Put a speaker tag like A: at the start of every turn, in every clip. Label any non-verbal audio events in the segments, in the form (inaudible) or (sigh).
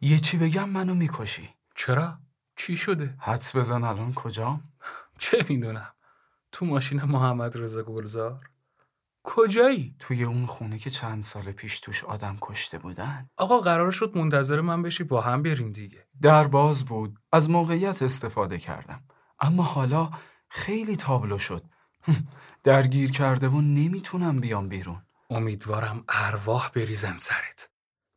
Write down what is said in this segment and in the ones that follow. A: یه چی بگم منو میکشی
B: چرا؟ چی شده؟
A: حدس بزن الان کجام
B: چه میدونم؟ تو ماشین محمد رضا گلزار؟ کجایی؟
A: توی اون خونه که چند سال پیش توش آدم کشته بودن
B: آقا قرار شد منتظر من بشی با هم بریم دیگه
A: در باز بود از موقعیت استفاده کردم اما حالا خیلی تابلو شد (laughs) درگیر کرده و نمیتونم بیام بیرون (laughs)
B: امیدوارم ارواح بریزن سرت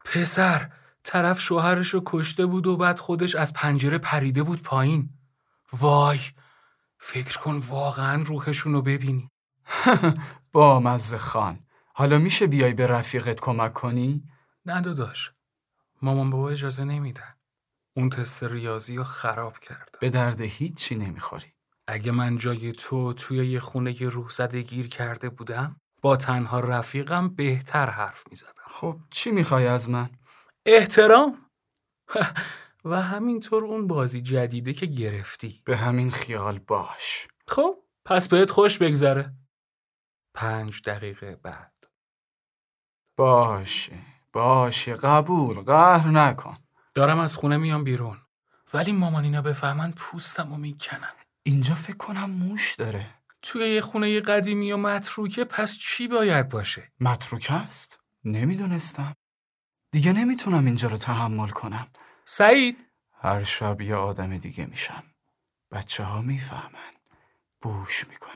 B: پسر طرف شوهرشو کشته بود و بعد خودش از پنجره پریده بود پایین وای فکر کن واقعا روحشون رو ببینی
A: با مزه خان حالا میشه بیای به رفیقت کمک کنی؟
B: نه داداش مامان بابا اجازه نمیدن اون تست ریاضی رو خراب کرد
A: به درد هیچی نمیخوری
B: اگه من جای تو توی یه خونه یه روح زده گیر کرده بودم با تنها رفیقم بهتر حرف می زدم.
A: خب چی میخوای از من؟
B: احترام (laughs) و همینطور اون بازی جدیده که گرفتی
A: به همین خیال باش
B: خب پس بهت خوش بگذره پنج دقیقه بعد
A: باشه باشه قبول قهر نکن
B: دارم از خونه میام بیرون ولی مامان اینا بفهمن پوستم و میکنم
A: اینجا فکر کنم موش داره
B: توی یه خونه قدیمی و متروکه پس چی باید باشه؟
A: متروک است؟ نمیدونستم دیگه نمیتونم اینجا رو تحمل کنم
B: سعید
A: هر شب یه آدم دیگه میشم بچه ها میفهمن بوش میکنن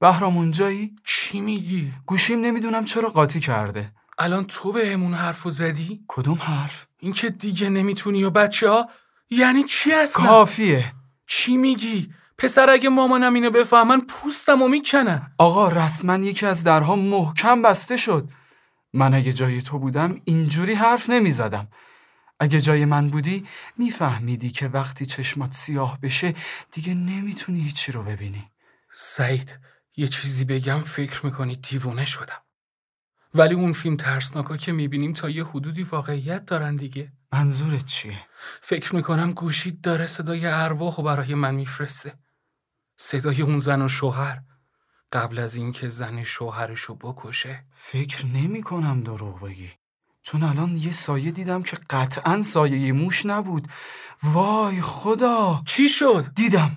A: بهرام اونجایی؟
B: چی میگی؟
A: گوشیم نمیدونم چرا قاطی کرده
B: الان تو بهمون حرفو زدی؟
A: کدوم حرف؟
B: این که دیگه نمیتونی و بچه ها یعنی چی هستن؟
A: کافیه
B: چی میگی؟ پسر اگه مامانم اینو بفهمن پوستم و میکنن
A: آقا رسما یکی از درها محکم بسته شد من اگه جای تو بودم اینجوری حرف نمیزدم اگه جای من بودی میفهمیدی که وقتی چشمات سیاه بشه دیگه نمیتونی هیچی رو ببینی
B: سعید یه چیزی بگم فکر میکنی دیوونه شدم ولی اون فیلم ترسناکا که میبینیم تا یه حدودی واقعیت دارن دیگه
A: منظورت چیه؟
B: فکر میکنم گوشید داره صدای ارواح و برای من میفرسته صدای اون زن و شوهر قبل از اینکه زن شوهرشو بکشه
A: فکر نمی کنم دروغ بگی چون الان یه سایه دیدم که قطعا سایه موش نبود وای خدا
B: چی شد؟
A: دیدم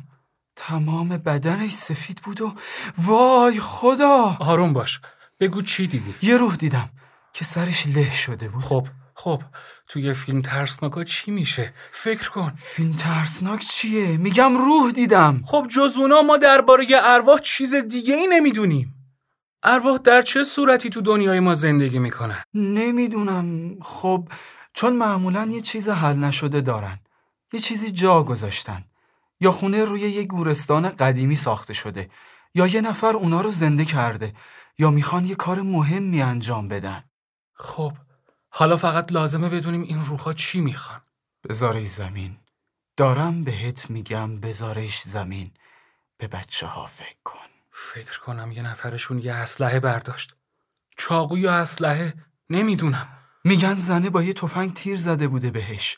A: تمام بدنش سفید بود و وای خدا
B: آروم باش بگو چی دیدی؟
A: یه روح دیدم که سرش له شده بود
B: خب خب توی فیلم ترسناکا چی میشه؟ فکر کن
A: فیلم ترسناک چیه؟ میگم روح دیدم
B: خب جز اونا ما درباره ارواح چیز دیگه ای نمیدونیم ارواح در چه صورتی تو دنیای ما زندگی میکنن؟
A: نمیدونم خب چون معمولا یه چیز حل نشده دارن یه چیزی جا گذاشتن یا خونه روی یه گورستان قدیمی ساخته شده یا یه نفر اونا رو زنده کرده یا میخوان یه کار مهمی انجام بدن
B: خب حالا فقط لازمه بدونیم این روحا چی میخوان
A: بذارش زمین دارم بهت میگم بذارش زمین به بچه ها فکر کن
B: فکر کنم یه نفرشون یه اسلحه برداشت چاقو یا اسلحه نمیدونم
A: میگن زنه با یه تفنگ تیر زده بوده بهش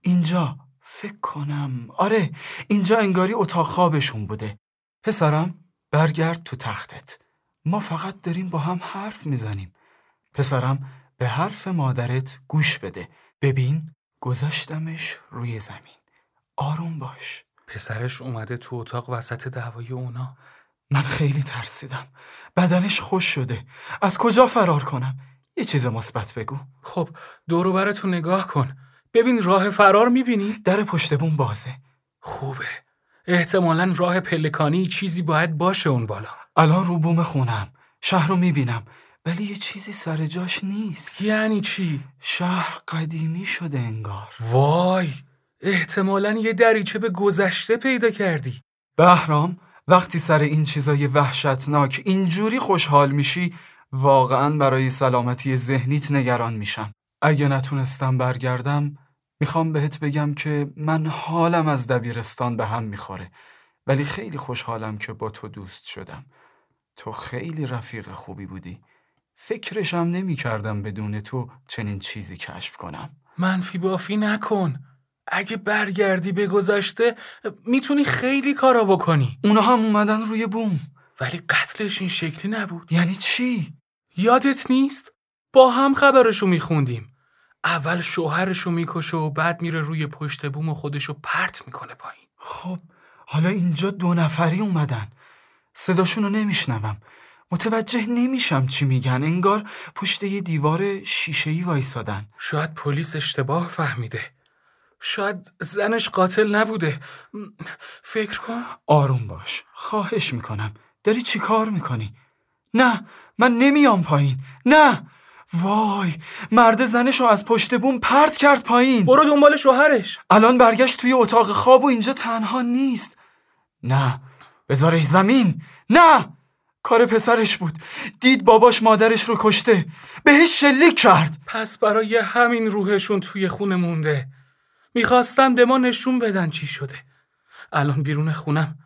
A: اینجا فکر کنم آره اینجا انگاری اتاق خوابشون بوده پسرم برگرد تو تختت ما فقط داریم با هم حرف میزنیم پسرم به حرف مادرت گوش بده ببین گذاشتمش روی زمین آروم باش
B: پسرش اومده تو اتاق وسط دعوای اونا
A: من خیلی ترسیدم بدنش خوش شده از کجا فرار کنم یه چیز مثبت بگو
B: خب دوروبرتو نگاه کن ببین راه فرار میبینی؟
A: در پشت بوم بازه
B: خوبه احتمالا راه پلکانی چیزی باید باشه اون بالا
A: الان رو بوم خونم شهر رو میبینم ولی یه چیزی سر جاش نیست
B: یعنی چی؟
A: شهر قدیمی شده انگار
B: وای احتمالا یه دریچه به گذشته پیدا کردی
A: بهرام وقتی سر این چیزای وحشتناک اینجوری خوشحال میشی واقعا برای سلامتی ذهنیت نگران میشم اگه نتونستم برگردم میخوام بهت بگم که من حالم از دبیرستان به هم میخوره ولی خیلی خوشحالم که با تو دوست شدم تو خیلی رفیق خوبی بودی فکرشم نمی کردم بدون تو چنین چیزی کشف کنم
B: منفی بافی نکن اگه برگردی به گذشته میتونی خیلی کارا بکنی
A: اونا هم اومدن روی بوم
B: ولی قتلش این شکلی نبود
A: یعنی چی؟
B: یادت نیست؟ با هم خبرشو میخوندیم اول شوهرشو میکشه و بعد میره روی پشت بوم و خودشو پرت میکنه پایین
A: خب حالا اینجا دو نفری اومدن صداشون رو نمیشنوم متوجه نمیشم چی میگن انگار پشت یه دیوار شیشه‌ای وایسادن
B: شاید پلیس اشتباه فهمیده شاید زنش قاتل نبوده م، فکر کن
A: آروم باش خواهش میکنم داری چی کار میکنی؟ نه من نمیام پایین نه وای مرد زنش رو از پشت بوم پرت کرد پایین
B: برو دنبال شوهرش
A: الان برگشت توی اتاق خواب و اینجا تنها نیست نه بذارش زمین نه کار پسرش بود دید باباش مادرش رو کشته بهش شلیک کرد
B: پس برای همین روحشون توی خونه مونده میخواستم به ما نشون بدن چی شده الان بیرون خونم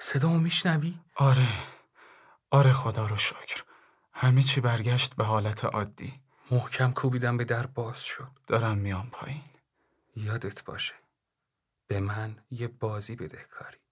B: صدامو میشنوی؟
A: آره آره خدا رو شکر همه چی برگشت به حالت عادی
B: محکم کوبیدم به در باز شد
A: دارم میام پایین
B: یادت باشه به من یه بازی بدهکاری